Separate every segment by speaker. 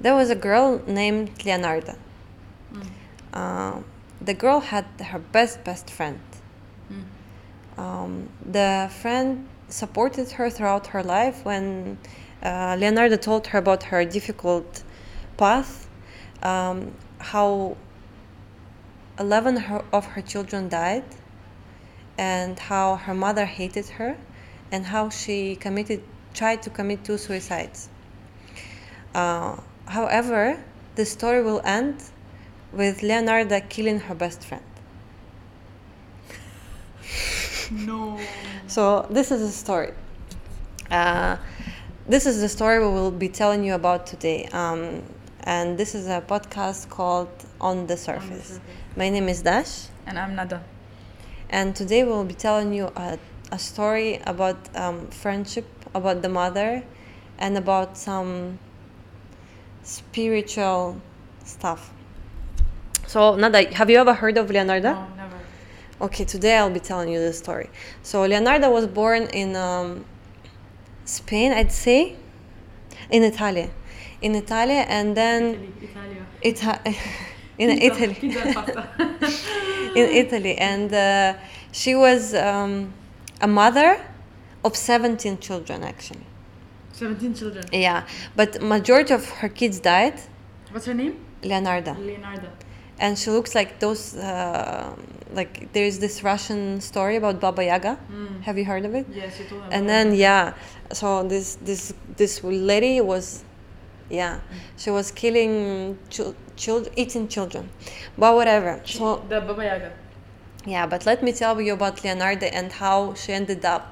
Speaker 1: there was a girl named Leonarda. Uh, the girl had her best best friend. Um, the friend supported her throughout her life when uh, Leonardo told her about her difficult path, um, how 11 her, of her children died, and how her mother hated her, and how she committed tried to commit two suicides. Uh, however, the story will end with Leonardo killing her best friend.
Speaker 2: No.
Speaker 1: So this is a story. Uh, this is the story we will be telling you about today. Um, and this is a podcast called On the Surface.
Speaker 2: Surface.
Speaker 1: My name is Dash,
Speaker 2: And I'm Nada.
Speaker 1: and today we will be telling you a, a story about um, friendship, about the mother, and about some spiritual stuff. So, Nada, have you ever heard of Leonardo?
Speaker 2: No, never.
Speaker 1: Okay, today I'll be telling you the story. So Leonardo was born in um, Spain, I'd say, in Italy, in Italy, and then
Speaker 2: Italy.
Speaker 1: Ita-
Speaker 2: Italia.
Speaker 1: in
Speaker 2: Pizza,
Speaker 1: Italy,
Speaker 2: Pizza and pasta.
Speaker 1: in Italy, and uh, she was um, a mother of seventeen children, actually.
Speaker 2: 17 children.
Speaker 1: Yeah, but majority of her kids died.
Speaker 2: What's her name?
Speaker 1: Leonardo.
Speaker 2: Leonardo.
Speaker 1: and she looks like those uh, like there is this russian story about baba yaga have you heard of it
Speaker 2: Yes, you told me.
Speaker 1: and then yeah so this this this lady was yeah she was killing chil- children eating children but whatever so
Speaker 2: the Baba Yaga.
Speaker 1: yeah, but let me tell you about Leonardo and how she ended up.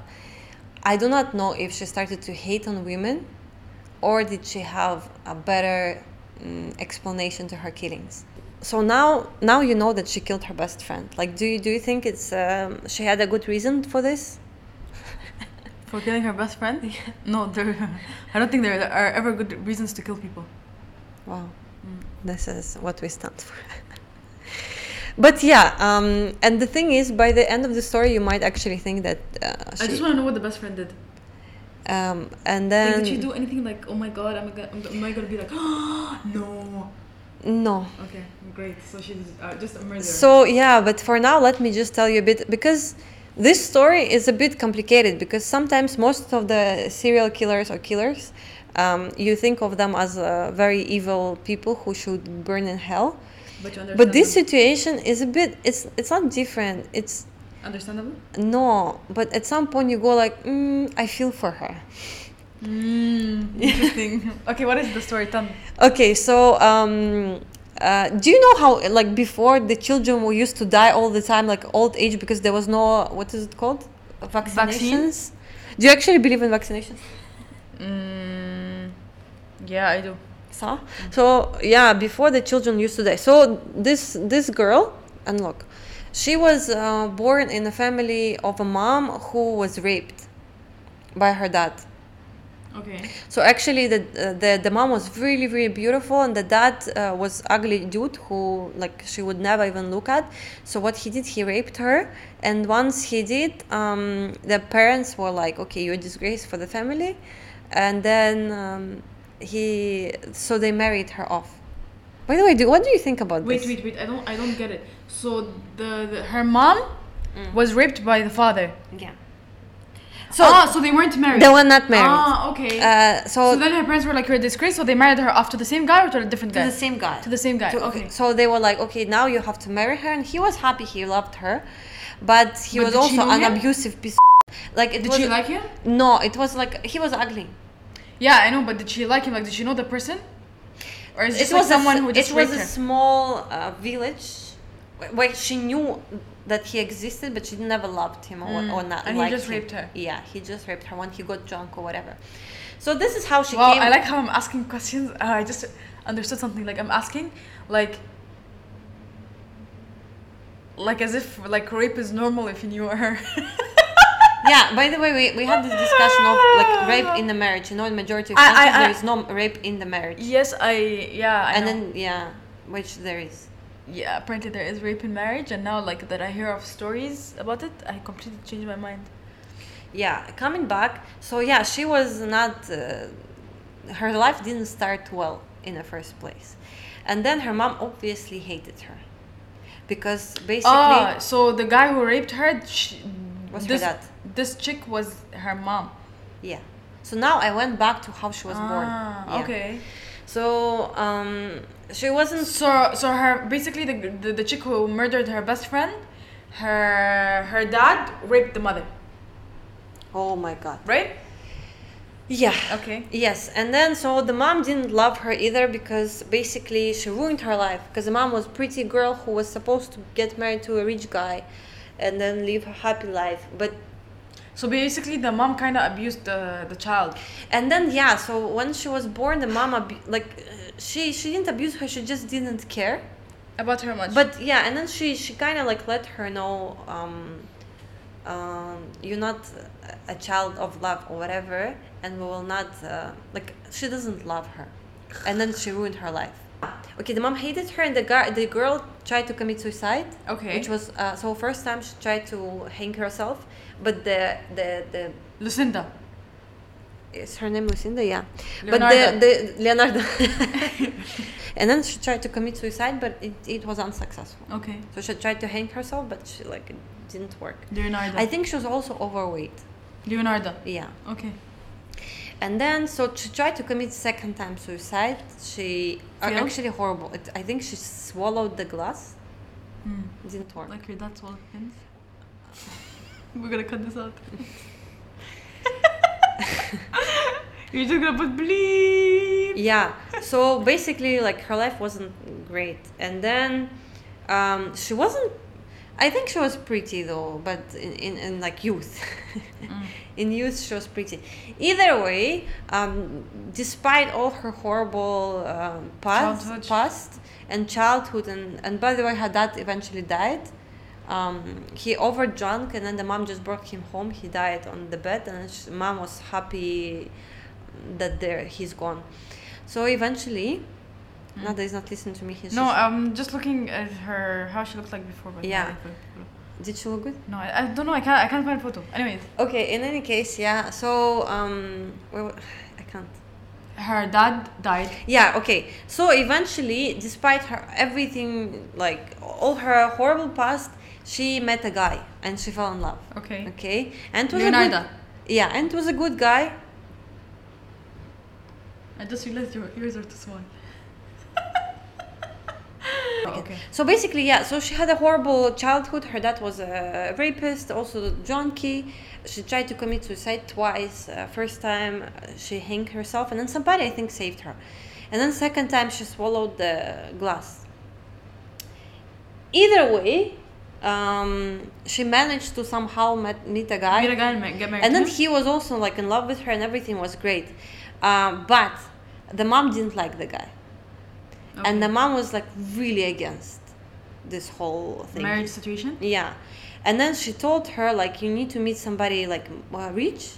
Speaker 1: I do not know if she started to hate on women or did she have a better mm, explanation to her killings. So now now you know that she killed her best friend. Like do you do you think it's um, she had a good reason for this?
Speaker 2: For killing her best friend? No, there. I don't think there are ever good reasons to kill people.
Speaker 1: Wow.
Speaker 2: Mm.
Speaker 1: This is what we stand for. but yeah, um, and the thing is by the end of the story you might actually think that uh,
Speaker 2: I just
Speaker 1: she
Speaker 2: want to know what the best friend did.
Speaker 1: um, and
Speaker 2: Like,
Speaker 1: then
Speaker 2: did she do anything like, oh my god, am I gonna, am I gonna be like, no?
Speaker 1: no.
Speaker 2: Okay, great. So she's uh, just a murderer.
Speaker 1: So yeah, but for now, let me just tell you a bit because this story is a bit complicated because sometimes most of the serial killers or killers, um, you think of them as uh, very evil people who should burn in hell.
Speaker 2: but you
Speaker 1: But
Speaker 2: understand
Speaker 1: this
Speaker 2: them.
Speaker 1: situation is a bit it's it's not different. It's
Speaker 2: understandable.
Speaker 1: no, but at some point you go like, mm, I feel for her.
Speaker 2: Mm, interesting. okay, what is the story? Tell me.
Speaker 1: Okay, so um, uh, do you know how like before the children were used to die all the time, like old age, because there was no what is it called, vaccinations? Do you actually believe in vaccinations?
Speaker 2: Mm, yeah, I do.
Speaker 1: So, so yeah, before the children used to die. So this this girl, and look, she was uh, born in a family of a mom who was raped by her dad.
Speaker 2: Okay.
Speaker 1: So actually, the uh, the the mom was really really beautiful, and the dad uh, was ugly dude who like she would never even look at. So what he did, he raped her, and once he did, um, the parents were like, "Okay, you're a disgrace for the family," and then um, he so they married her off. By the way, do, what do you think about
Speaker 2: Wait,
Speaker 1: this?
Speaker 2: wait, wait. I don't, I don't get it. So the, the her mom
Speaker 1: Mm.
Speaker 2: was raped by the father.
Speaker 1: Yeah.
Speaker 2: So ah, so they weren't married.
Speaker 1: They were not married.
Speaker 2: Ah, okay.
Speaker 1: Uh,
Speaker 2: so then her parents were like, "You're a disgrace." So they married her off to the same guy or to a different guy?
Speaker 1: To the same guy.
Speaker 2: To the same guy, okay.
Speaker 1: So they were like, okay, now you have to marry her, and he was happy. He loved her, but he
Speaker 2: But
Speaker 1: was
Speaker 2: did she
Speaker 1: also
Speaker 2: know
Speaker 1: an
Speaker 2: him?
Speaker 1: abusive piece. Of like it
Speaker 2: Did
Speaker 1: was.
Speaker 2: she like him?
Speaker 1: no, it was like he was ugly.
Speaker 2: Yeah, I know, but did she like him? Like, did she know the person? Or is this
Speaker 1: it
Speaker 2: like
Speaker 1: was
Speaker 2: someone
Speaker 1: a,
Speaker 2: who just
Speaker 1: It was
Speaker 2: raped
Speaker 1: a
Speaker 2: her?
Speaker 1: small uh, village wh- where she knew that he existed, but she never loved him or, or not.
Speaker 2: Hmm, and he
Speaker 1: liked
Speaker 2: just
Speaker 1: him.
Speaker 2: raped her.
Speaker 1: Yeah, he just raped her when he got drunk or whatever. So this is how she
Speaker 2: Wow,
Speaker 1: came.
Speaker 2: I like how I'm asking questions. Uh, I just understood something. Like I'm asking, like, like as if like rape is normal if you knew her.
Speaker 1: yeah. By the way, we, we had this discussion of like rape in the marriage. You know, in majority of
Speaker 2: I- I-
Speaker 1: countries
Speaker 2: I-
Speaker 1: there is no rape in the marriage.
Speaker 2: yes, I yeah. I
Speaker 1: and
Speaker 2: know.
Speaker 1: then yeah which there is
Speaker 2: yeah, apparently there is rape in marriage, and now like that I hear of stories about it, I completely changed my mind.
Speaker 1: yeah coming back so yeah she was not uh, her life didn't start well in the first place. And then her mom obviously hated her because basically
Speaker 2: Ah, so the guy who raped her, sh
Speaker 1: Was her
Speaker 2: this,
Speaker 1: dad.
Speaker 2: this chick was her mom.
Speaker 1: yeah. So now I went back to how she was born.
Speaker 2: Ah,
Speaker 1: Yeah.
Speaker 2: okay.
Speaker 1: So um, she wasn't
Speaker 2: So, so her basically the, the the chick who murdered her best friend, her her dad raped the mother,
Speaker 1: Oh my god.
Speaker 2: right?
Speaker 1: Yeah.
Speaker 2: Okay.
Speaker 1: Yes, and then so the mom didn't love her either because basically she ruined her life because the mom was pretty girl who was supposed to get married to a rich guy and then live her happy life. But
Speaker 2: So basically, the mom kind of abused the the child.
Speaker 1: and then yeah, so when she was born the mom abu- like uh, she she didn't abuse her, she just didn't care.
Speaker 2: About her much.
Speaker 1: But yeah, and then she she kind of like let her know um um you're not a- a child of love or whatever and we will not uh, like she doesn't love her. And then she ruined her life. Okay, the mom hated her and the guy the girl tried to commit suicide.
Speaker 2: okay.
Speaker 1: Which was uh, so first time she tried to hang herself, but the the the
Speaker 2: Lucinda.
Speaker 1: is her name Lucinda? Yeah.
Speaker 2: Leonardo.
Speaker 1: But the, the Leonardo. and then she tried to commit suicide, but it, it was unsuccessful.
Speaker 2: Okay.
Speaker 1: So she tried to hang herself, but she like it didn't work.
Speaker 2: Leonardo.
Speaker 1: I think she was also overweight.
Speaker 2: Leonardo.
Speaker 1: Yeah.
Speaker 2: Okay.
Speaker 1: And then so she tried to commit second time suicide. She are
Speaker 2: Failed?
Speaker 1: actually horrible. It, I think she swallowed the glass.
Speaker 2: Hmm.
Speaker 1: Didn't work.
Speaker 2: Like your dad's all pins. We're gonna cut this out. You're just gonna put bleep.
Speaker 1: yeah. So basically, like her life wasn't great. And then um, she wasn't. I think she was pretty though, but in, in, in like youth.
Speaker 2: Hmm.
Speaker 1: in youth she was pretty either way um, despite all her horrible um,
Speaker 2: Childhood.
Speaker 1: past, past and childhood and, and by the way her dad eventually died um, he overdrank and then the mom just brought him home he died on the bed and she, mom was happy that there he's gone so eventually Nada is not listening to me he's
Speaker 2: Hmm. No,
Speaker 1: just-
Speaker 2: I'm just looking at her how she looked like before. But
Speaker 1: Yeah.
Speaker 2: not before.
Speaker 1: did she look good
Speaker 2: No, I, I don't know. I can't. I can't find photo. Anyways,
Speaker 1: okay in any case yeah so um, where, wa- i can't
Speaker 2: her dad died.
Speaker 1: yeah okay so eventually despite her everything like all her horrible past she met a guy and she fell in love
Speaker 2: Okay.
Speaker 1: okay and it was a
Speaker 2: Leonardo.
Speaker 1: good, yeah and it was a good guy
Speaker 2: I just realized your ears are too small. okay.
Speaker 1: so basically yeah so she had a horrible childhood her dad was a rapist also junkie she tried to commit suicide twice uh, first time uh, she hanged herself and then somebody i think saved her and then second time she swallowed the glass either way um, she managed to somehow met, meet a guy
Speaker 2: Meet a guy and ma- get married.
Speaker 1: and
Speaker 2: to
Speaker 1: then
Speaker 2: him?
Speaker 1: he was also like in love with her and everything was great um, but the mom didn't like the guy and the mom was like really against this whole thing
Speaker 2: marriage situation.
Speaker 1: yeah and then she told her like you need to meet somebody like uh, rich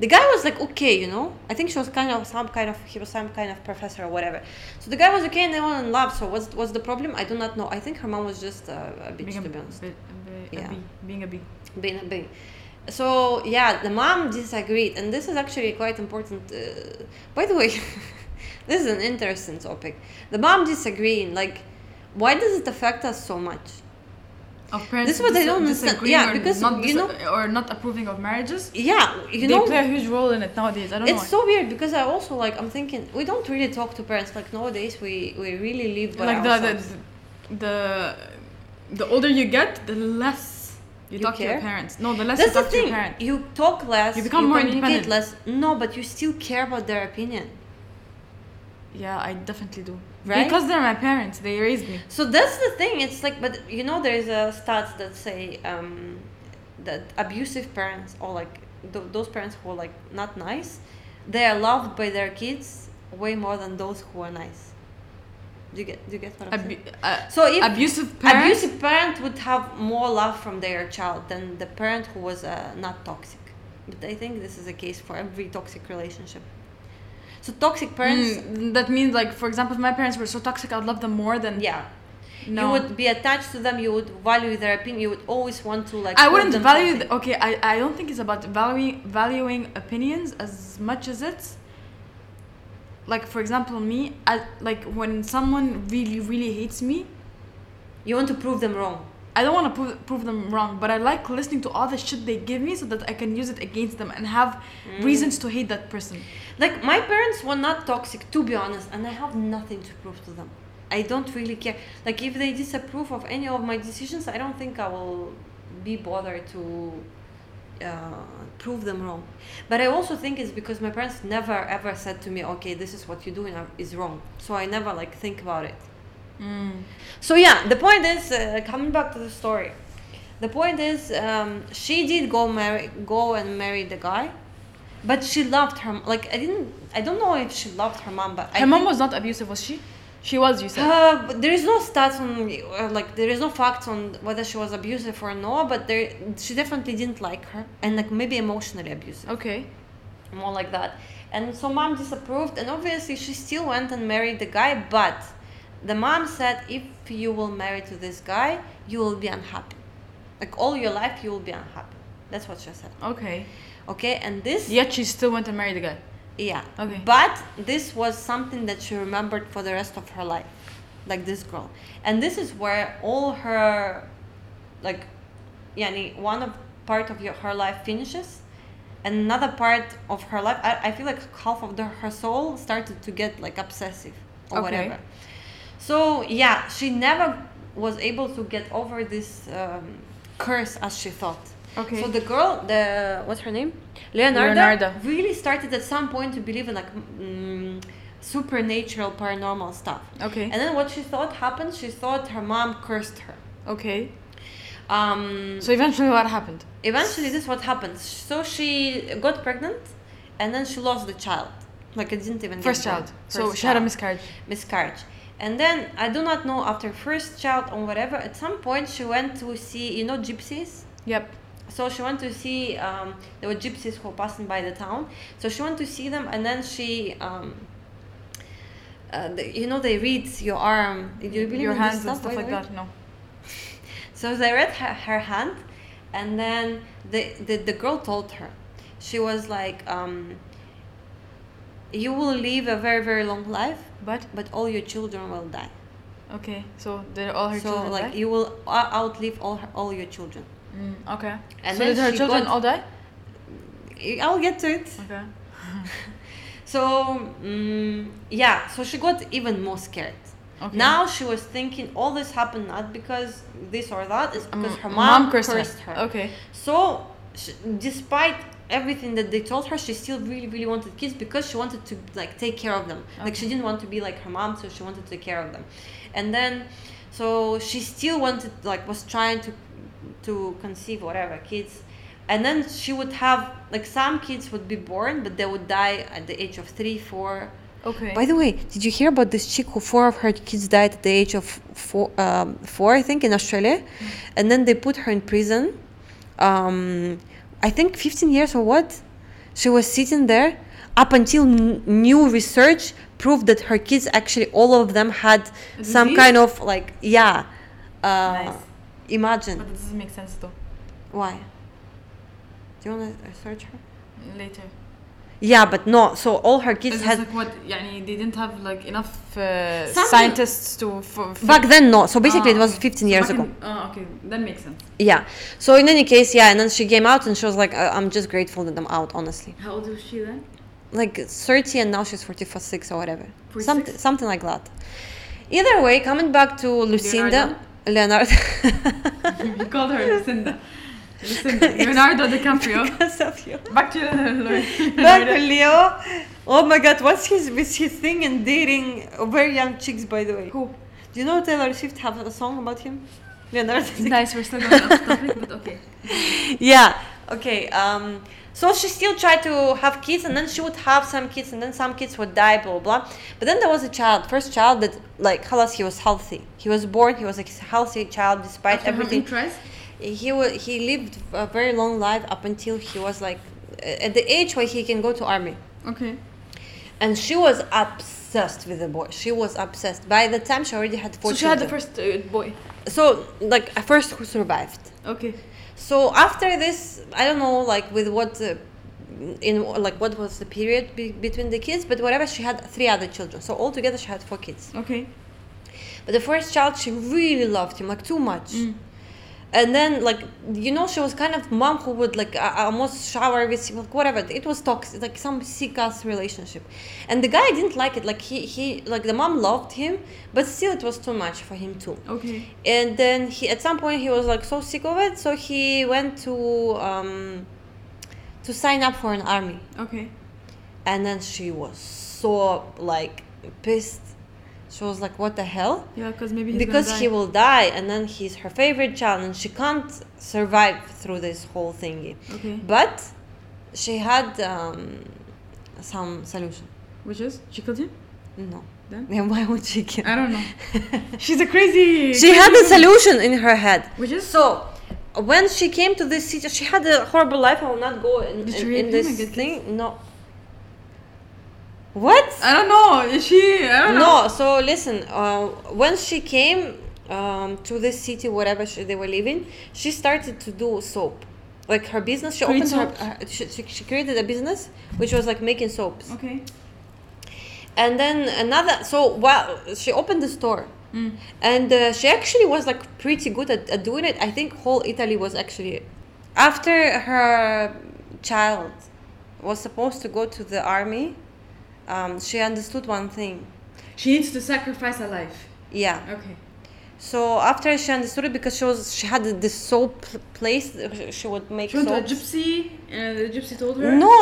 Speaker 1: the guy was like okay you know i think she was kind of some kind of he was some kind of professor or whatever so the guy was okay and they were in love so what's, what's the problem i do not know i think her mom was just uh, a bitch
Speaker 2: being a,
Speaker 1: to be honest
Speaker 2: bi- bi- a
Speaker 1: Yeah.
Speaker 2: bee. Being a bee.
Speaker 1: being a big so yeah the mom disagreed and this is actually quite important uh, by the way this is an interesting topic the mom disagreeing like why does it affect us so much
Speaker 2: Of parents
Speaker 1: is what I
Speaker 2: dis-
Speaker 1: don't understand.
Speaker 2: disagreeing
Speaker 1: Yeah,
Speaker 2: or
Speaker 1: because,
Speaker 2: not
Speaker 1: you know-
Speaker 2: or not approving of marriages.
Speaker 1: yeah you
Speaker 2: they
Speaker 1: know
Speaker 2: play a huge role in it nowadays. I don't
Speaker 1: it's
Speaker 2: know.
Speaker 1: so weird because i also like i'm thinking we don't really talk to parents like nowadays we we really live by
Speaker 2: like the,
Speaker 1: ourselves.
Speaker 2: the the the older you get, the less you,
Speaker 1: You
Speaker 2: talk to your
Speaker 1: care?
Speaker 2: parents. No, the less
Speaker 1: that's
Speaker 2: you
Speaker 1: the
Speaker 2: talk to your
Speaker 1: thing
Speaker 2: parents.
Speaker 1: you talk less
Speaker 2: You become more
Speaker 1: communicate
Speaker 2: independent.
Speaker 1: less no but you still care about their opinion
Speaker 2: Yeah, I definitely do.
Speaker 1: Right?
Speaker 2: Because they're my parents. They raised me.
Speaker 1: So that's the thing. It's like, but you know, there is a stats that say um, that abusive parents or like th- those parents who are like not nice, they are loved by their kids way more than those who are nice. Do you get? Do you get what I'm saying?
Speaker 2: Abu- uh,
Speaker 1: So if
Speaker 2: abusive parents.
Speaker 1: abusive parent would have more love from their child than the parent who was uh, not toxic. But I think this is a case for every toxic relationship. So toxic parents,
Speaker 2: Mm, that means, like, for example, if my parents were so toxic, I'd love them more than.
Speaker 1: yeah.
Speaker 2: No.
Speaker 1: You would be attached to them. You would value their opinion. You would always want to like.
Speaker 2: I
Speaker 1: prove
Speaker 2: wouldn't
Speaker 1: them
Speaker 2: value.
Speaker 1: something.
Speaker 2: The, okay, I, I don't think it's about valuing valuing opinions as much as it's like for example me I, like when someone really really hates me
Speaker 1: You want to prove them wrong.
Speaker 2: I don't want to prove, prove them wrong, but I like listening to all the shit they give me so that I can use it against them and have reasons to hate that person.
Speaker 1: Mm. Like my parents were not toxic, to be honest, and I have nothing to prove to them. I don't really care. Like if they disapprove of any of my decisions, I don't think I will be bothered to uh, prove them wrong. But I also think it's because my parents never ever said to me, "Okay, this is what you're doing uh, is wrong." So I never like think about it. Mm. So yeah, the point is uh, coming back to the story. The point is um, she did go marry, go and marry the guy, but she loved her. Like I didn't, I don't know if she loved her mom, but I
Speaker 2: Her mom was not abusive, was she? She was, you
Speaker 1: think-
Speaker 2: said.
Speaker 1: Uh, but there is no stats on uh, like there is no facts on whether she was abusive or no, but there she definitely didn't like her and like maybe emotionally abusive,
Speaker 2: Okay.
Speaker 1: more like that. And so mom disapproved, and obviously she still went and married the guy. But the mom said, if you will marry to this guy, you will be unhappy. Like all your life, you will be unhappy. That's what she said.
Speaker 2: Okay.
Speaker 1: Okay, and this
Speaker 2: Yet she still went and married the guy.
Speaker 1: yeah.
Speaker 2: Okay.
Speaker 1: But this was something that she remembered for the rest of her life, like this girl. And this is where all her, like, yani one of part of your, her life finishes, and another part of her life. I, I feel like half of the, her soul started to get like obsessive or
Speaker 2: Okay.
Speaker 1: whatever. So yeah, she never was able to get over this um, curse as she thought.
Speaker 2: Okay.
Speaker 1: So the girl, the what's her name, Leonardo,
Speaker 2: Leonardo.
Speaker 1: really started at some point to believe in like mm, supernatural, paranormal stuff.
Speaker 2: Okay.
Speaker 1: And then what she thought happened, she thought her mom cursed her.
Speaker 2: Okay.
Speaker 1: Um,
Speaker 2: So eventually what happened?
Speaker 1: eventually, this is what happens. So she got pregnant, and then she lost the child. Like it didn't even
Speaker 2: First
Speaker 1: get born.
Speaker 2: child. so
Speaker 1: First
Speaker 2: she had a
Speaker 1: child
Speaker 2: miscarriage.
Speaker 1: miscarriage. And then I do not know after first child or whatever. At some point, she went to see you know gypsies.
Speaker 2: Yep.
Speaker 1: So she went to see um, there were gypsies who were passing by the town. So she went to see them, and then she, um, uh, the, you know, they read your arm. Do you believe
Speaker 2: Your
Speaker 1: in
Speaker 2: hands
Speaker 1: this
Speaker 2: and
Speaker 1: by
Speaker 2: stuff like
Speaker 1: the way?
Speaker 2: that. No.
Speaker 1: So they read her, her hand, and then the, the the girl told her, she was like, um, you will live a very very long life,
Speaker 2: But
Speaker 1: but all your children will die.
Speaker 2: okay. So did all her
Speaker 1: so
Speaker 2: children
Speaker 1: like
Speaker 2: die?
Speaker 1: you will o- outlive all her, all your children.
Speaker 2: Mm, okay.
Speaker 1: And
Speaker 2: so
Speaker 1: then
Speaker 2: did her
Speaker 1: she
Speaker 2: children
Speaker 1: got-
Speaker 2: all die?
Speaker 1: I'll get to it.
Speaker 2: Okay.
Speaker 1: So mm yeah, so she got even more scared.
Speaker 2: Okay.
Speaker 1: Now she was thinking all this happened not because this or that, it's because
Speaker 2: Mm,
Speaker 1: her mom,
Speaker 2: cursed,
Speaker 1: cursed,
Speaker 2: her.
Speaker 1: her.
Speaker 2: Okay.
Speaker 1: So, she, despite everything that they told her, she still really, really wanted kids because she wanted to like take care of them. Like she didn't want to be like her mom, so she wanted to take care of them. And then, so she still wanted like was trying to to conceive whatever kids. And then she would have like some kids would be born, but they would die at the age of three, four,
Speaker 2: Okay.
Speaker 1: by the way, did you hear about this chick who four of her kids died at the age of four, um, four I think, in Australia?
Speaker 2: Mm.
Speaker 1: And then they put her in prison. Um, I think 15 years or what? She was sitting there up until n- new research proved that her kids actually, all of them had some
Speaker 2: Disease?
Speaker 1: kind of like, yeah. Uh,
Speaker 2: Nice.
Speaker 1: Imagine.
Speaker 2: But it doesn't make sense though.
Speaker 1: Why? Do you want to search her?
Speaker 2: Later.
Speaker 1: Yeah, but no. So all her kids
Speaker 2: It's
Speaker 1: had.
Speaker 2: like what? يعني they didn't have like enough uh,
Speaker 1: Something-
Speaker 2: scientists to. For, for
Speaker 1: Back then, no. So basically,
Speaker 2: Ah,
Speaker 1: it was
Speaker 2: okay.
Speaker 1: 15
Speaker 2: So
Speaker 1: years
Speaker 2: back
Speaker 1: ago.
Speaker 2: in- Oh, okay. That makes sense.
Speaker 1: Yeah. So in any case, yeah. And then she came out and she was like, I- I'm just grateful that I'm out, honestly.
Speaker 2: How old was she then?
Speaker 1: Like 30 and now she's 46 or whatever.
Speaker 2: 46?
Speaker 1: Something, something like that. Either way, coming back to Lucinda, Leonardo,
Speaker 2: he called her Lucinda. Lucinda. Leonardo DiCaprio.
Speaker 1: because of you.
Speaker 2: Back to Leonardo.
Speaker 1: Back to Leo. Oh my god, what's his, with his thing and dating very young chicks, by the way?
Speaker 2: Who?
Speaker 1: Do you know Taylor Swift have a song about him? Leonardo DiCaprio.
Speaker 2: Nice, we're still going off topic, but okay.
Speaker 1: yeah okay um so she still tried to have kids and then she would have some kids and then some kids would die blah blah blah. but then there was a child first child that like halas he was healthy he was born he was a healthy child despite
Speaker 2: After how many
Speaker 1: everything
Speaker 2: tries?
Speaker 1: he wa he lived a very long life up until he was like a- at the age where he can go to army
Speaker 2: Okay.
Speaker 1: and she was obsessed with the boy she was obsessed by the time she already had four
Speaker 2: So she had the
Speaker 1: children.
Speaker 2: first uh, boy.
Speaker 1: so like a first who survived
Speaker 2: Okay.
Speaker 1: so after this, I don't know, like with what uh, in like what was the period be- between the kids but whatever she had three other children so altogether she had four kids
Speaker 2: Okay.
Speaker 1: but the first child she really loved him like too much
Speaker 2: Mm.
Speaker 1: and then like you know she was kind of mom who would like uh, almost shower with him, like whatever it was toxic like some sick ass relationship and the guy didn't like it like he he like the mom loved him but still it was too much for him too
Speaker 2: Okay.
Speaker 1: and then he at some point he was like so sick of it so he went to um to sign up for an army
Speaker 2: Okay.
Speaker 1: and then she was so like pissed she was like what the hell
Speaker 2: Yeah, because maybe he's
Speaker 1: because
Speaker 2: gonna
Speaker 1: he
Speaker 2: die.
Speaker 1: will die and then he's her favorite child and she can't survive through this whole thingy
Speaker 2: Okay.
Speaker 1: but she had um, some solution
Speaker 2: Which is she killed him?
Speaker 1: no
Speaker 2: Then?
Speaker 1: then why would she kill
Speaker 2: I don't know. She's a crazy.
Speaker 1: she had a solution in her head
Speaker 2: Which is
Speaker 1: so when she came to this city she had a horrible life i will not go in,
Speaker 2: Did she
Speaker 1: in,
Speaker 2: rape
Speaker 1: in
Speaker 2: him
Speaker 1: this
Speaker 2: and get
Speaker 1: thing no what
Speaker 2: I don't know. Is she? I don't know.
Speaker 1: no so listen uh, when she came um, to this city whatever she, they were living she started to do soap like her business she
Speaker 2: Create
Speaker 1: opened her,
Speaker 2: soap?
Speaker 1: her- she, she, she created a business which was like making soaps
Speaker 2: Okay.
Speaker 1: and then another so while she opened the store
Speaker 2: Mm.
Speaker 1: and uh, she actually was like pretty good at, at doing it i think whole italy was actually after her child was supposed to go to the army um, she understood one thing
Speaker 2: She needs to sacrifice her life.
Speaker 1: yeah
Speaker 2: Okay.
Speaker 1: So after she understood it, because she was she had this soap pl- place, sh- she would make
Speaker 2: She went to a
Speaker 1: soap.
Speaker 2: gypsy, and the gypsy told her.
Speaker 1: No.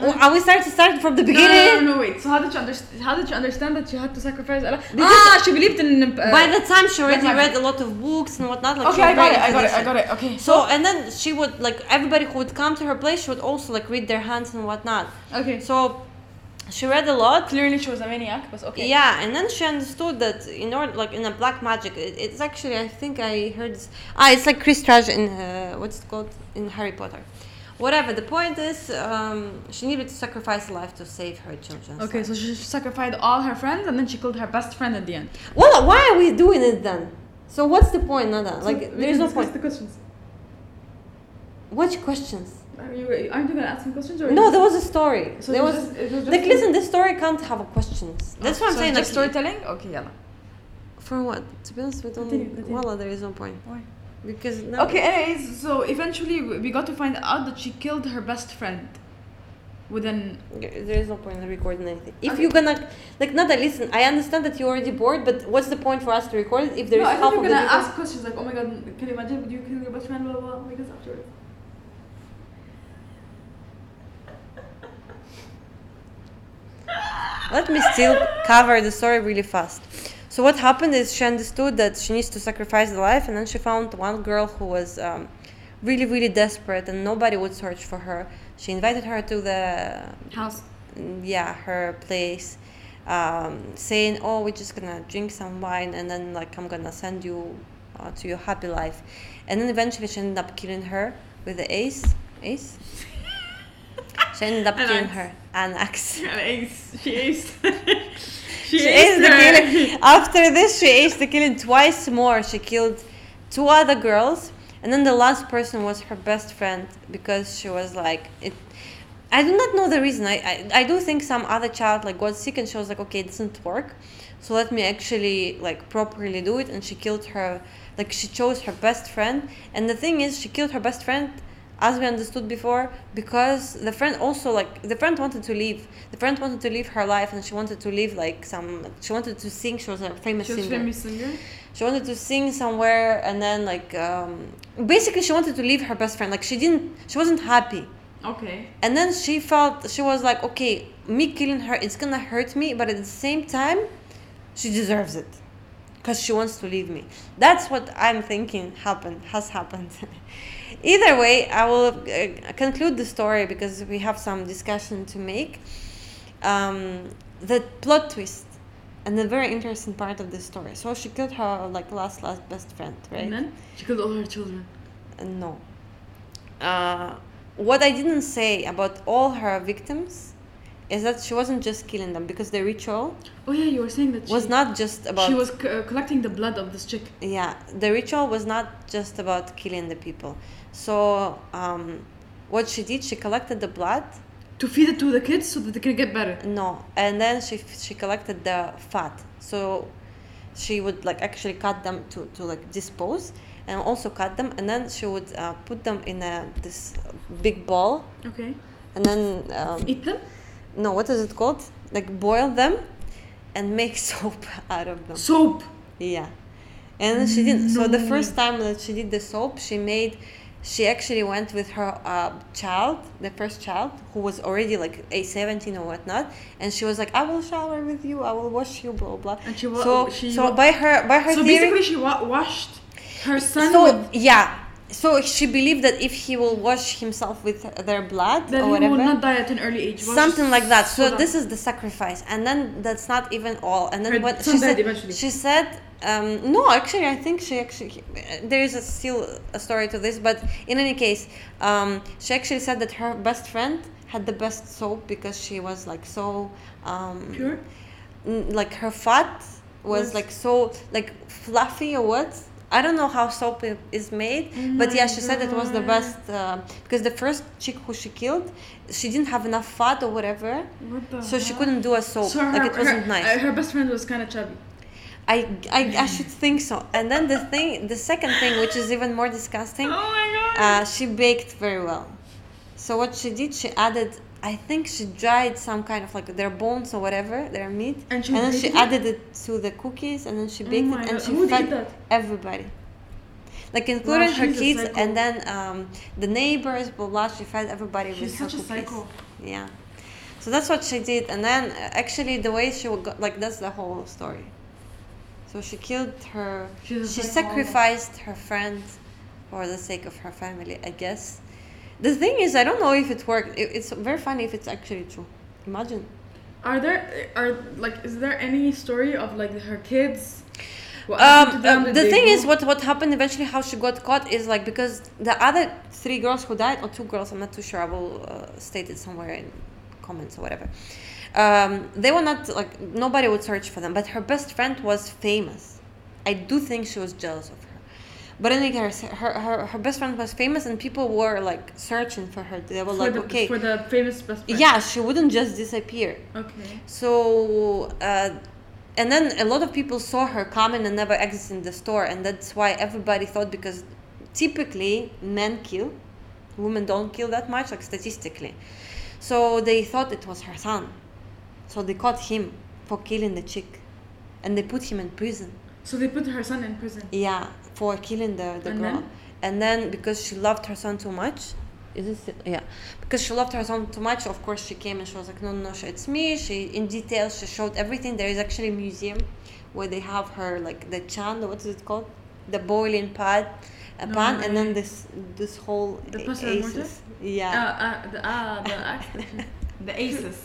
Speaker 1: Oh, Are we starting start from the
Speaker 2: Hmm. No, no, no,
Speaker 1: beginning?
Speaker 2: no, wait. So how did you understand? How did you understand that she had to sacrifice? Allah? Ah, she believed in. Uh,
Speaker 1: By the time she already
Speaker 2: time.
Speaker 1: read a lot of books and whatnot, like she
Speaker 2: okay, I
Speaker 1: was
Speaker 2: got
Speaker 1: very
Speaker 2: it. I got it. I
Speaker 1: traditional.
Speaker 2: got it. Okay.
Speaker 1: So and then she would like everybody who would come to her place, she would also like read their hands and whatnot.
Speaker 2: Okay. So
Speaker 1: So she read a lot.
Speaker 2: clearly she was a maniac, but okay.
Speaker 1: Yeah, and then she understood that in order, like in a black magic, it, it's actually I think I heard this. Ah, it's like Chris Trash in uh, what's it called in Harry Potter. Whatever. The point is, um, she needed to sacrifice her life to save her children.
Speaker 2: Okay, so she sacrificed all her friends, and then she killed her best friend at the end.
Speaker 1: Well, why are we doing it then? So what's the point, Nada? Like
Speaker 2: So we
Speaker 1: there is
Speaker 2: can
Speaker 1: no
Speaker 2: discuss
Speaker 1: point.
Speaker 2: The questions.
Speaker 1: Which questions?
Speaker 2: Are you, aren't you gonna ask some questions? Or
Speaker 1: No, there was a story.
Speaker 2: So
Speaker 1: there
Speaker 2: it
Speaker 1: was.
Speaker 2: was just- it was just-
Speaker 1: like listen, this story can't have a questions. That's what I'm
Speaker 2: Oh, so
Speaker 1: saying.
Speaker 2: it's
Speaker 1: Like
Speaker 2: just storytelling. Okay, yeah.
Speaker 1: for what? To be honest, we don't.
Speaker 2: Continue, continue.
Speaker 1: Well, there is no point
Speaker 2: Why?
Speaker 1: because now
Speaker 2: Okay. Anyways, so eventually we we got to find out that she killed her best friend. With an
Speaker 1: There is no point in recording anything. If
Speaker 2: Okay.
Speaker 1: you're gonna like Nada, listen, I understand that you're already bored, but what's the point for us to record it if there is
Speaker 2: no, I
Speaker 1: half
Speaker 2: thought
Speaker 1: of
Speaker 2: you
Speaker 1: the
Speaker 2: were gonna
Speaker 1: details?
Speaker 2: ask questions like, oh my god, can you imagine? Would you kill your best friend? Blah blah. blah like this afterwards.
Speaker 1: Let me still cover the story really fast. So what happened is she understood that she needs to sacrifice the life, and then she found one girl who was um, really, really desperate, and nobody would search for her. She invited her to the
Speaker 2: House.
Speaker 1: yeah her place um, saying oh we're just gonna drink some wine and then like i'm gonna send you uh, to your happy life and then eventually she ended up killing her with the ace ace she ended up
Speaker 2: An
Speaker 1: killing
Speaker 2: axe.
Speaker 1: her an axe
Speaker 2: An ace. She ace. she,
Speaker 1: she aced the killing after this she aced the killing twice more she killed two other girls and then the last person was her best friend because she was like it I do not know the reason. I, I, I do think some other child like got sick and she was like, okay, it doesn't work, so let me actually like properly do it. And she killed her, like she chose her best friend. And the thing is, she killed her best friend, as we understood before, because the friend also like the friend wanted to leave. The friend wanted to live her life and she wanted to live like some. She wanted to sing. She was a famous
Speaker 2: She was a
Speaker 1: singer
Speaker 2: famous singer.
Speaker 1: she wanted to sing somewhere and then like um, basically she wanted to leave her best friend like she didn't she wasn't happy
Speaker 2: Okay.
Speaker 1: and then she felt she was like okay me killing her it's gonna hurt me but at the same time she deserves it because she wants to leave me that's what i'm thinking happened has happened either way i will uh, conclude the story because we have some discussion to make um, the plot twist and the very interesting part of the story so she killed her like last last best friend right
Speaker 2: And then she killed all her children.
Speaker 1: uh, no. Uh, what I didn't say about all her victims is that she wasn't just killing them because the ritual
Speaker 2: Oh yeah, you were saying that she
Speaker 1: was not just about
Speaker 2: she was c- uh, collecting the blood of this chick.
Speaker 1: yeah the ritual was not just about killing the people so um, what she did, she collected the blood.
Speaker 2: to feed it to the kids so that they can get better.
Speaker 1: No, and then she she collected the fat. So she would like actually cut them to to like dispose and also cut them and then she would uh, put them in a this big ball
Speaker 2: Okay.
Speaker 1: and then um,
Speaker 2: Eat them.
Speaker 1: no what is it called like boil them and make soap out of them
Speaker 2: Soap.
Speaker 1: yeah and she did so the first time that she did the soap she made she actually went with her uh, child the first child who was already like a 17 or whatnot and she was like i will shower with you i will wash you blah blah
Speaker 2: And she wa-
Speaker 1: so
Speaker 2: she
Speaker 1: so
Speaker 2: wa-
Speaker 1: by her by her
Speaker 2: So
Speaker 1: theory,
Speaker 2: basically, she wa- washed her son
Speaker 1: so Oh,
Speaker 2: with.
Speaker 1: yeah so she believed that if he will wash himself with their blood
Speaker 2: That
Speaker 1: or
Speaker 2: he
Speaker 1: whatever
Speaker 2: will not die at an early age. Wash
Speaker 1: something like that so
Speaker 2: that-
Speaker 1: this is the sacrifice and then that's not even all and then
Speaker 2: Her
Speaker 1: what
Speaker 2: son
Speaker 1: she
Speaker 2: died
Speaker 1: said
Speaker 2: eventually.
Speaker 1: she said um, no actually i think she actually there is a, still a story to this but in any case um, she actually said that her best friend had the best soap because she was like so um,
Speaker 2: Pure.
Speaker 1: n- like her fat was
Speaker 2: Was-
Speaker 1: like so like fluffy or what i don't know how soap i- is made
Speaker 2: Oh
Speaker 1: but yeah she said it was the best uh, because the first chick who she killed she didn't have enough fat or whatever
Speaker 2: What the
Speaker 1: so she
Speaker 2: hell?
Speaker 1: couldn't do a soap
Speaker 2: Oh. So
Speaker 1: like it wasn't
Speaker 2: her,
Speaker 1: nice
Speaker 2: uh, her best friend was kind of chubby.
Speaker 1: I, I i should think so and then the thing the second thing which is even more disgusting
Speaker 2: Oh my
Speaker 1: uh, she baked very well so what she did she added i think she dried some kind of like their bones or whatever their meat
Speaker 2: And she
Speaker 1: then she
Speaker 2: baked it? Oh
Speaker 1: added it to the cookies and then she baked
Speaker 2: my
Speaker 1: it and
Speaker 2: God.
Speaker 1: she
Speaker 2: Who did
Speaker 1: fed
Speaker 2: that?
Speaker 1: everybody like including her
Speaker 2: she's a
Speaker 1: kids
Speaker 2: psycho.
Speaker 1: and then um, the neighbors blah blah she fed everybody with
Speaker 2: She's
Speaker 1: her
Speaker 2: such a
Speaker 1: cookies
Speaker 2: psycho.
Speaker 1: yeah so that's what she did and then uh, actually the way she would go, like that's the whole story so she killed her
Speaker 2: She's a
Speaker 1: she
Speaker 2: psycho.
Speaker 1: sacrificed her friend for the sake of her family i guess the thing is i don't know if it worked It- it's very funny if it's actually true imagine
Speaker 2: Are there are like is there any story of like her kids? What
Speaker 1: um,
Speaker 2: happened to them?
Speaker 1: um,
Speaker 2: Did
Speaker 1: the
Speaker 2: they
Speaker 1: thing
Speaker 2: grow-
Speaker 1: is what what happened eventually how she got caught is like because the other three girls who died or two girls i'm not too sure i will uh, state it somewhere in comments or whatever um, they were not like nobody would search for them but her best friend was famous i do think she was jealous of her but in any case her, her, her best friend was famous and people were like searching for her they were
Speaker 2: for
Speaker 1: like
Speaker 2: the,
Speaker 1: okay
Speaker 2: for the famous best friend.
Speaker 1: yeah she wouldn't just disappear
Speaker 2: Okay.
Speaker 1: so, uh, and then a lot of people saw her coming and never exiting the store, and that's why everybody thought because typically men kill, women don't kill that much, like statistically. So they thought it was her son. So they caught him for killing the chick, and they put him in prison.
Speaker 2: So they put her son in prison.
Speaker 1: Yeah, for killing the, the
Speaker 2: And
Speaker 1: girl.
Speaker 2: then?
Speaker 1: And then because she loved her son too much, is it still, yeah? Because she loved her son too much, of course she came and she was like, no, no, no, it's me. She in detail she showed everything. There is actually a museum where they have her like the chan, what is it called? The boiling pot, a
Speaker 2: No
Speaker 1: pan, and then
Speaker 2: way.
Speaker 1: this this whole
Speaker 2: The
Speaker 1: a-
Speaker 2: pasta de muerte? Uh,
Speaker 1: Yeah.
Speaker 2: uh, the, uh, the actor.
Speaker 3: The aces.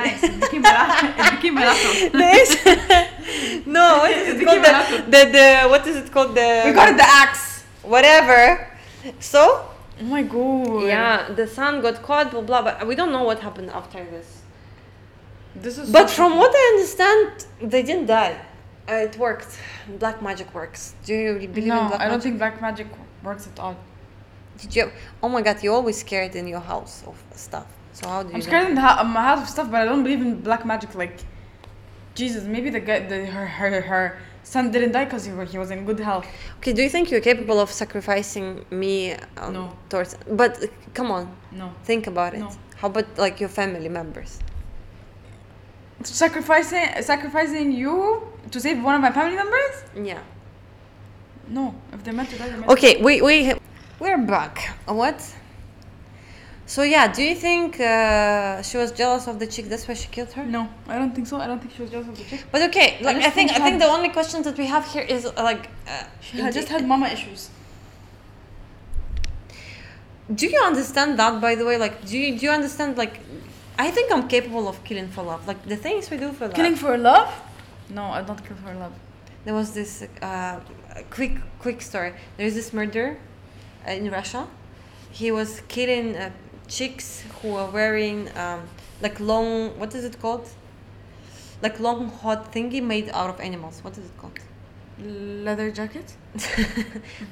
Speaker 3: Nice. It became a It became a laptop.
Speaker 1: This- no, what is it
Speaker 3: Vicky
Speaker 1: called? The,
Speaker 3: Malato.
Speaker 1: the the what is it called? The
Speaker 3: We got the axe.
Speaker 1: whatever. So
Speaker 2: Oh my god.
Speaker 1: Yeah, the son got caught, blah blah. But we don't know what happened after this.
Speaker 2: This is.
Speaker 1: But from what I understand, they didn't die. Uh, it worked. Black magic works. Do you really believe in
Speaker 3: No,
Speaker 1: black
Speaker 3: I don't
Speaker 1: magic?
Speaker 3: think black magic works at all.
Speaker 1: Did you? Oh my god, you always scared in your house of stuff. So how do you?
Speaker 3: I'm
Speaker 1: know?
Speaker 3: scared in the hou- my house of stuff, but I don't believe in black magic. Like, Jesus, maybe the guy, the, her, her, her son didn't die because he, wa- he was in good health.
Speaker 1: Okay, do you think you're capable of sacrificing me? Um,
Speaker 3: No.
Speaker 1: Towards, but uh, come on,
Speaker 3: No.
Speaker 1: think about it.
Speaker 3: No.
Speaker 1: How about like your family members?
Speaker 3: Sacrificing, sacrificing you to save one of my family members?
Speaker 1: Yeah.
Speaker 3: No. If they're meant to die, they're meant to
Speaker 1: Okay, we we we're back. What? So yeah, do you think uh, she was jealous of the chick? That's why she killed her.
Speaker 3: No, I don't think so. I don't think she was jealous of the chick.
Speaker 1: But okay, like I
Speaker 3: just
Speaker 1: think I
Speaker 3: think
Speaker 1: think
Speaker 3: that-
Speaker 1: the only question that we have here is uh, like, uh,
Speaker 3: She had
Speaker 1: do,
Speaker 3: just had mama issues.
Speaker 1: do you understand that? By the way, like, do you do you understand? Like, I think I'm capable of killing for love. Like the things we do for love.
Speaker 3: Killing for love? No, I don't kill for love.
Speaker 1: There was this uh, quick quick story. There is this murderer uh, in Russia. He was killing uh, chicks who were wearing um, like long what is it called? Like long hot thingy made out of animals. What is it called?
Speaker 3: Leather jacket?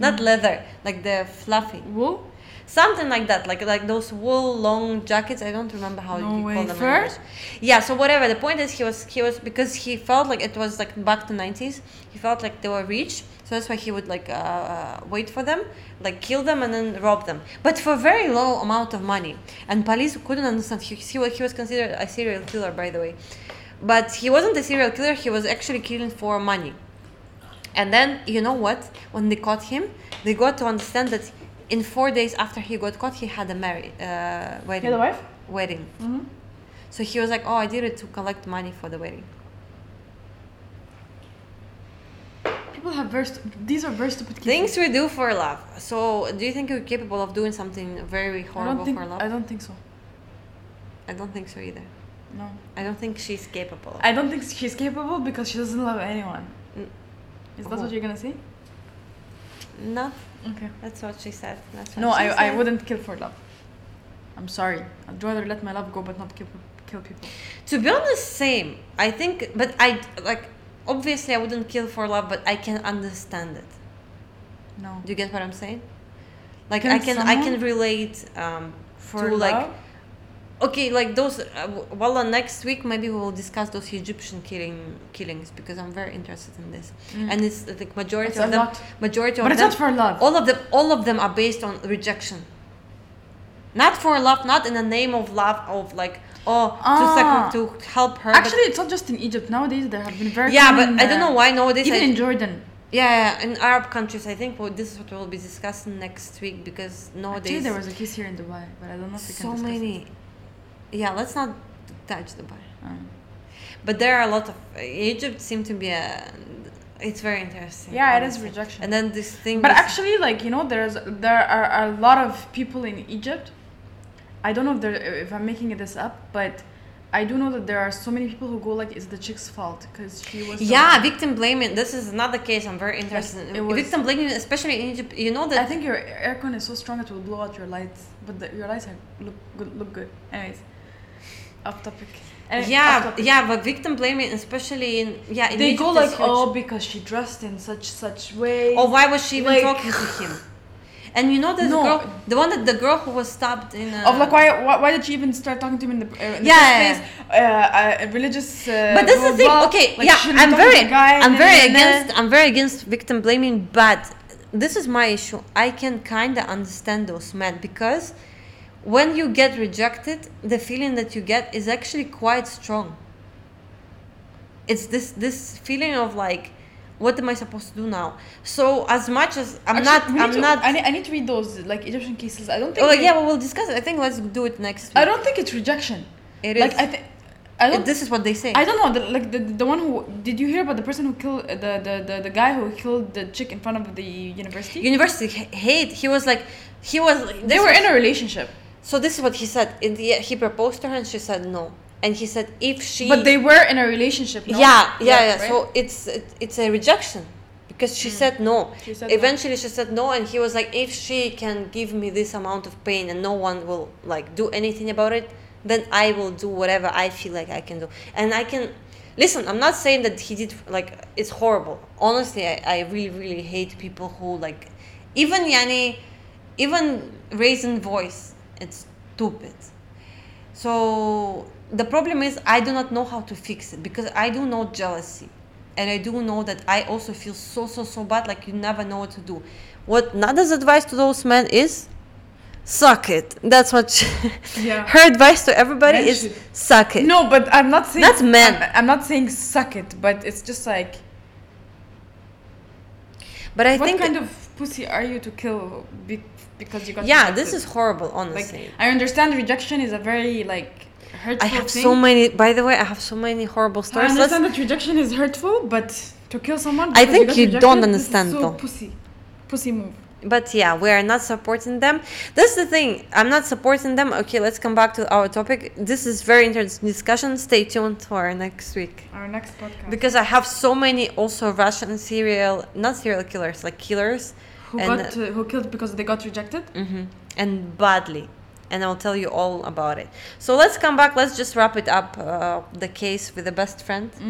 Speaker 1: Not leather, like the fluffy.
Speaker 3: Wool?
Speaker 1: something like that like like those wool long jackets i don't remember how
Speaker 2: No
Speaker 1: you
Speaker 2: way.
Speaker 1: call them in
Speaker 2: Fur?
Speaker 1: English. yeah so whatever the point is he was he was because he felt like it was like back to 90s he felt like they were rich so that's why he would like uh, uh, wait for them like kill them and then rob them but for very low amount of money and police couldn't understand he, he, was- he was considered a serial killer by the way but he wasn't a serial killer he was actually killing for money and then you know what? When they caught him, they got to understand that in four days after he got caught, he had a marriage uh, wedding.
Speaker 3: He had a wife?
Speaker 1: Wedding. So he was like, "Oh, I did it to collect money for the wedding."
Speaker 2: People have very stu- these are very stupid kids.
Speaker 1: Things we do for love. So, do you think you're capable of doing something very
Speaker 2: I don't
Speaker 1: horrible
Speaker 2: think
Speaker 1: for love?
Speaker 2: I don't think so.
Speaker 1: I don't think so either.
Speaker 2: No.
Speaker 1: I don't think she's capable.
Speaker 2: I don't think she's capable because she doesn't love anyone.
Speaker 1: Mm.
Speaker 2: Is that
Speaker 1: Who?
Speaker 2: what you're gonna say?
Speaker 1: No,
Speaker 2: Okay.
Speaker 1: that's what she said. That's what
Speaker 2: No,
Speaker 1: she
Speaker 2: I, I
Speaker 1: said.
Speaker 2: wouldn't kill for love. I'm sorry. I'd rather let my love go but not kill kill people.
Speaker 1: To be honest, same. I think, but I like. Obviously, I wouldn't kill for love, but I can understand it.
Speaker 2: No.
Speaker 1: Do you get what I'm saying? Like
Speaker 2: Can
Speaker 1: I can I can
Speaker 2: someone-
Speaker 1: relate um
Speaker 2: For
Speaker 1: to like
Speaker 2: love?
Speaker 1: okay like those uh, w- Wallah next week maybe we will discuss those Egyptian killing killings because I'm very interested in this and it's uh, like majority
Speaker 2: It's
Speaker 1: of
Speaker 2: Mm. a
Speaker 1: them
Speaker 2: lot.
Speaker 1: majority
Speaker 2: But
Speaker 1: of
Speaker 2: it's
Speaker 1: them
Speaker 2: not for love.
Speaker 1: all of them all of them are based on rejection. Not for love, not in the name of love of like oh
Speaker 2: Ah.
Speaker 1: to, sac- to help her. but-
Speaker 2: Actually, it's not just in Egypt. Nowadays, there have been very
Speaker 1: yeah, but
Speaker 2: common,
Speaker 1: I don't
Speaker 2: uh,
Speaker 1: know why nowadays
Speaker 2: Even
Speaker 1: I-
Speaker 2: in Jordan,
Speaker 1: yeah, yeah, in Arab countries, I think well, this is what we'll be discussing next week because
Speaker 2: actually,
Speaker 1: nowadays
Speaker 2: there was a case here in Dubai, but I don't know if we can
Speaker 1: so
Speaker 2: discuss it.
Speaker 1: many yeah let's not touch the bar
Speaker 2: Uh,
Speaker 1: but there are a lot of egypt seem to be a it's very interesting
Speaker 2: Yeah, it is
Speaker 1: honestly.
Speaker 2: rejection.
Speaker 1: and then this thing
Speaker 2: But
Speaker 1: is-
Speaker 2: actually, like you know, there's there are a lot of people in Egypt. I don't know if there if I'm making this up, but I do know that there are so many people who go like, "It's the chick's fault because she was." so-
Speaker 1: yeah victim blaming this is not the case i'm very interested
Speaker 2: Yes,
Speaker 1: in
Speaker 2: it was-
Speaker 1: victim blaming especially in egypt you know
Speaker 2: I
Speaker 1: that
Speaker 2: think your aircon is so strong it will blow out your lights, but the, your lights are look good. Look good. Anyways, off topic. Any- off
Speaker 1: yeah
Speaker 2: topic.
Speaker 1: yeah but victim blaming especially in yeah in
Speaker 2: They
Speaker 1: egypt
Speaker 2: go
Speaker 1: is
Speaker 2: like,
Speaker 1: huge.
Speaker 2: "Oh, because she dressed in such such way."
Speaker 1: or why was she even
Speaker 2: like-
Speaker 1: talking to him and you know that
Speaker 2: No.
Speaker 1: girl the one that the girl who was stabbed in uh, a,
Speaker 2: of like why, why why did she even start talking to him in the, uh, in the
Speaker 1: Yeah, yeah,
Speaker 2: first place? Uh, uh, religious. Uh,
Speaker 1: but that's the
Speaker 2: blah,
Speaker 1: thing.
Speaker 2: blah.
Speaker 1: Okay,
Speaker 2: Like,
Speaker 1: yeah,
Speaker 2: she
Speaker 1: I'm
Speaker 2: talked to
Speaker 1: very,
Speaker 2: the guy, uh,
Speaker 1: I'm
Speaker 2: nah,
Speaker 1: very
Speaker 2: nah, nah, nah.
Speaker 1: against, I'm very against victim blaming. But this is my issue. I can kind of understand those men because when you get rejected, the feeling that you get is actually quite strong. It's this this feeling of like, what am I supposed to do now? So as much as I'm
Speaker 2: Actually, we need
Speaker 1: not, I'm
Speaker 2: to-
Speaker 1: not.
Speaker 2: I need, I need to read those like Egyptian cases. I don't think.
Speaker 1: Oh
Speaker 2: it-
Speaker 1: yeah, well, we'll discuss it. I think let's do it next. Week.
Speaker 2: I don't think it's rejection.
Speaker 1: It
Speaker 2: like
Speaker 1: is.
Speaker 2: I think. I don't.
Speaker 1: this is what they say.
Speaker 2: I don't know. The, like the, the one who did you hear about the person who killed uh, the, the the the guy who killed the chick in front of the university?
Speaker 1: University h- hate. He was like, he was.
Speaker 2: they were in a relationship,
Speaker 1: So this is what he said. In the, he proposed to her, and she said no. And he said if she,
Speaker 2: but they were in a relationship. No?
Speaker 1: yeah, yeah, yeah.
Speaker 2: right? Hmm.
Speaker 1: So it's it, it's a rejection because she said no.
Speaker 2: She said no.
Speaker 1: Eventually, she said no, and he was like, if she can give me this amount of pain, and no one will like do anything about it, then I will do whatever I feel like I can do, and I can. Listen, I'm not saying that he did like it's horrible. Honestly, I, I really really hate people who like, even Yani, even raising voice, it's stupid. So the problem is I do not know how to fix it because I do know jealousy. And I do know that I also feel so so so bad like you never know what to do. What Nada's advice to those men is suck it. That's what she,
Speaker 2: Yeah.
Speaker 1: her advice to everybody
Speaker 2: Men
Speaker 1: is
Speaker 2: should-
Speaker 1: suck it.
Speaker 2: No, but I'm not saying
Speaker 1: That's men.
Speaker 2: I'm, I'm not saying suck it, but it's just like
Speaker 1: but I
Speaker 2: what
Speaker 1: think
Speaker 2: kind of pussy are you to kill be- because you got
Speaker 1: yeah, this
Speaker 2: rejected?
Speaker 1: is horrible
Speaker 2: like
Speaker 1: honestly.
Speaker 2: I understand rejection is a very like hurtful
Speaker 1: I have
Speaker 2: thing.
Speaker 1: so many by the way, I have so many horrible
Speaker 2: I
Speaker 1: stories. Let's-
Speaker 2: understand that rejection is hurtful, but to kill someone
Speaker 1: I
Speaker 2: because
Speaker 1: think
Speaker 2: got
Speaker 1: you
Speaker 2: rejected,
Speaker 1: don't
Speaker 2: this is
Speaker 1: understand,
Speaker 2: so
Speaker 1: though.
Speaker 2: pussy, pussy move.
Speaker 1: but yeah we are not supporting them that's the thing i'm not supporting them okay let's come back to our topic this is very interesting discussion stay tuned for our next week
Speaker 2: Our next podcast.
Speaker 1: because i have so many also russian serial not serial killers like killers
Speaker 2: who
Speaker 1: and,
Speaker 2: got uh, who killed because they got rejected?
Speaker 1: Mhm. and badly and i'll tell you all about it so let's come back let's just wrap it up uh, the case with the best friend
Speaker 2: Mm.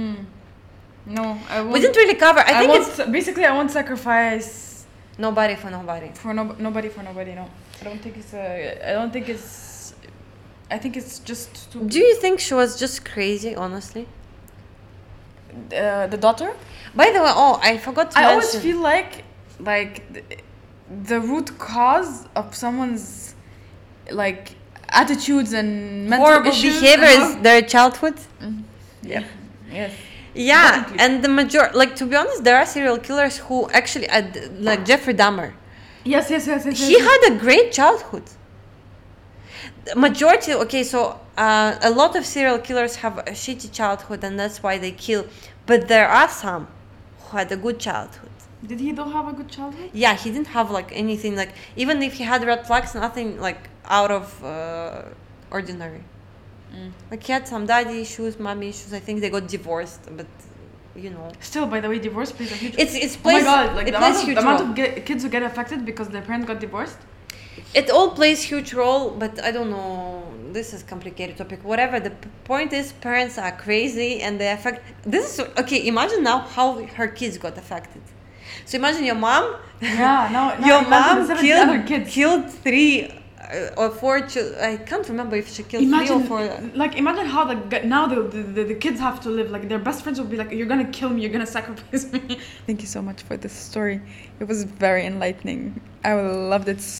Speaker 2: No, I won't.
Speaker 1: we didn't really cover i think
Speaker 2: won't,
Speaker 1: it's
Speaker 2: basically I won't sacrifice
Speaker 1: Nobody for nobody.
Speaker 2: for no, nobody for nobody no i don't think it's a i don't think it's i think it's just too
Speaker 1: Do you think she was just crazy, honestly?
Speaker 2: uh, the daughter
Speaker 1: By the way, oh, I forgot to
Speaker 2: i
Speaker 1: mention.
Speaker 2: always feel like like the, the root cause of someone's like attitudes and mental
Speaker 1: horrible
Speaker 2: issues Uh-huh.
Speaker 1: behavior is their childhood.
Speaker 2: yeah yes
Speaker 1: Yeah,
Speaker 2: Definitely.
Speaker 1: and the major, like to be honest, there are serial killers who actually, uh, like Jeffrey Dahmer.
Speaker 2: Mm-hmm. yes yes yes, yes,
Speaker 1: he
Speaker 2: yes.
Speaker 1: had a great childhood The majority okay so uh, a lot of serial killers have a shitty childhood and that's why they kill but there are some who had a good childhood
Speaker 2: did he don't have a good childhood
Speaker 1: yeah he didn't have like anything like even if he had red flags nothing like out of uh, ordinary like he had some um, daddy issues mommy issues i think they got divorced but you know
Speaker 2: still by the way divorce plays a huge
Speaker 1: it's it's
Speaker 2: oh my
Speaker 1: plays,
Speaker 2: god like
Speaker 1: it
Speaker 2: the
Speaker 1: plays
Speaker 2: amount, of,
Speaker 1: huge
Speaker 2: the amount
Speaker 1: role.
Speaker 2: of ge- kids who get affected because their parents got divorced
Speaker 1: it all plays huge role but i don't know this is complicated topic whatever the p- point is parents are crazy and they affect this is okay imagine now how her kids got affected so imagine your mom
Speaker 2: yeah no, no
Speaker 1: your
Speaker 2: imagine
Speaker 1: mom
Speaker 2: the
Speaker 1: killed
Speaker 2: other kids
Speaker 1: killed three uh, or four children i can't remember if she killed
Speaker 2: imagine
Speaker 1: three or four
Speaker 2: like imagine how the gu- now the, the, the, the kids have to live like their best friends will be like you're gonna kill me you're gonna sacrifice me
Speaker 3: Thank you so much for this story. It was very enlightening. I loved it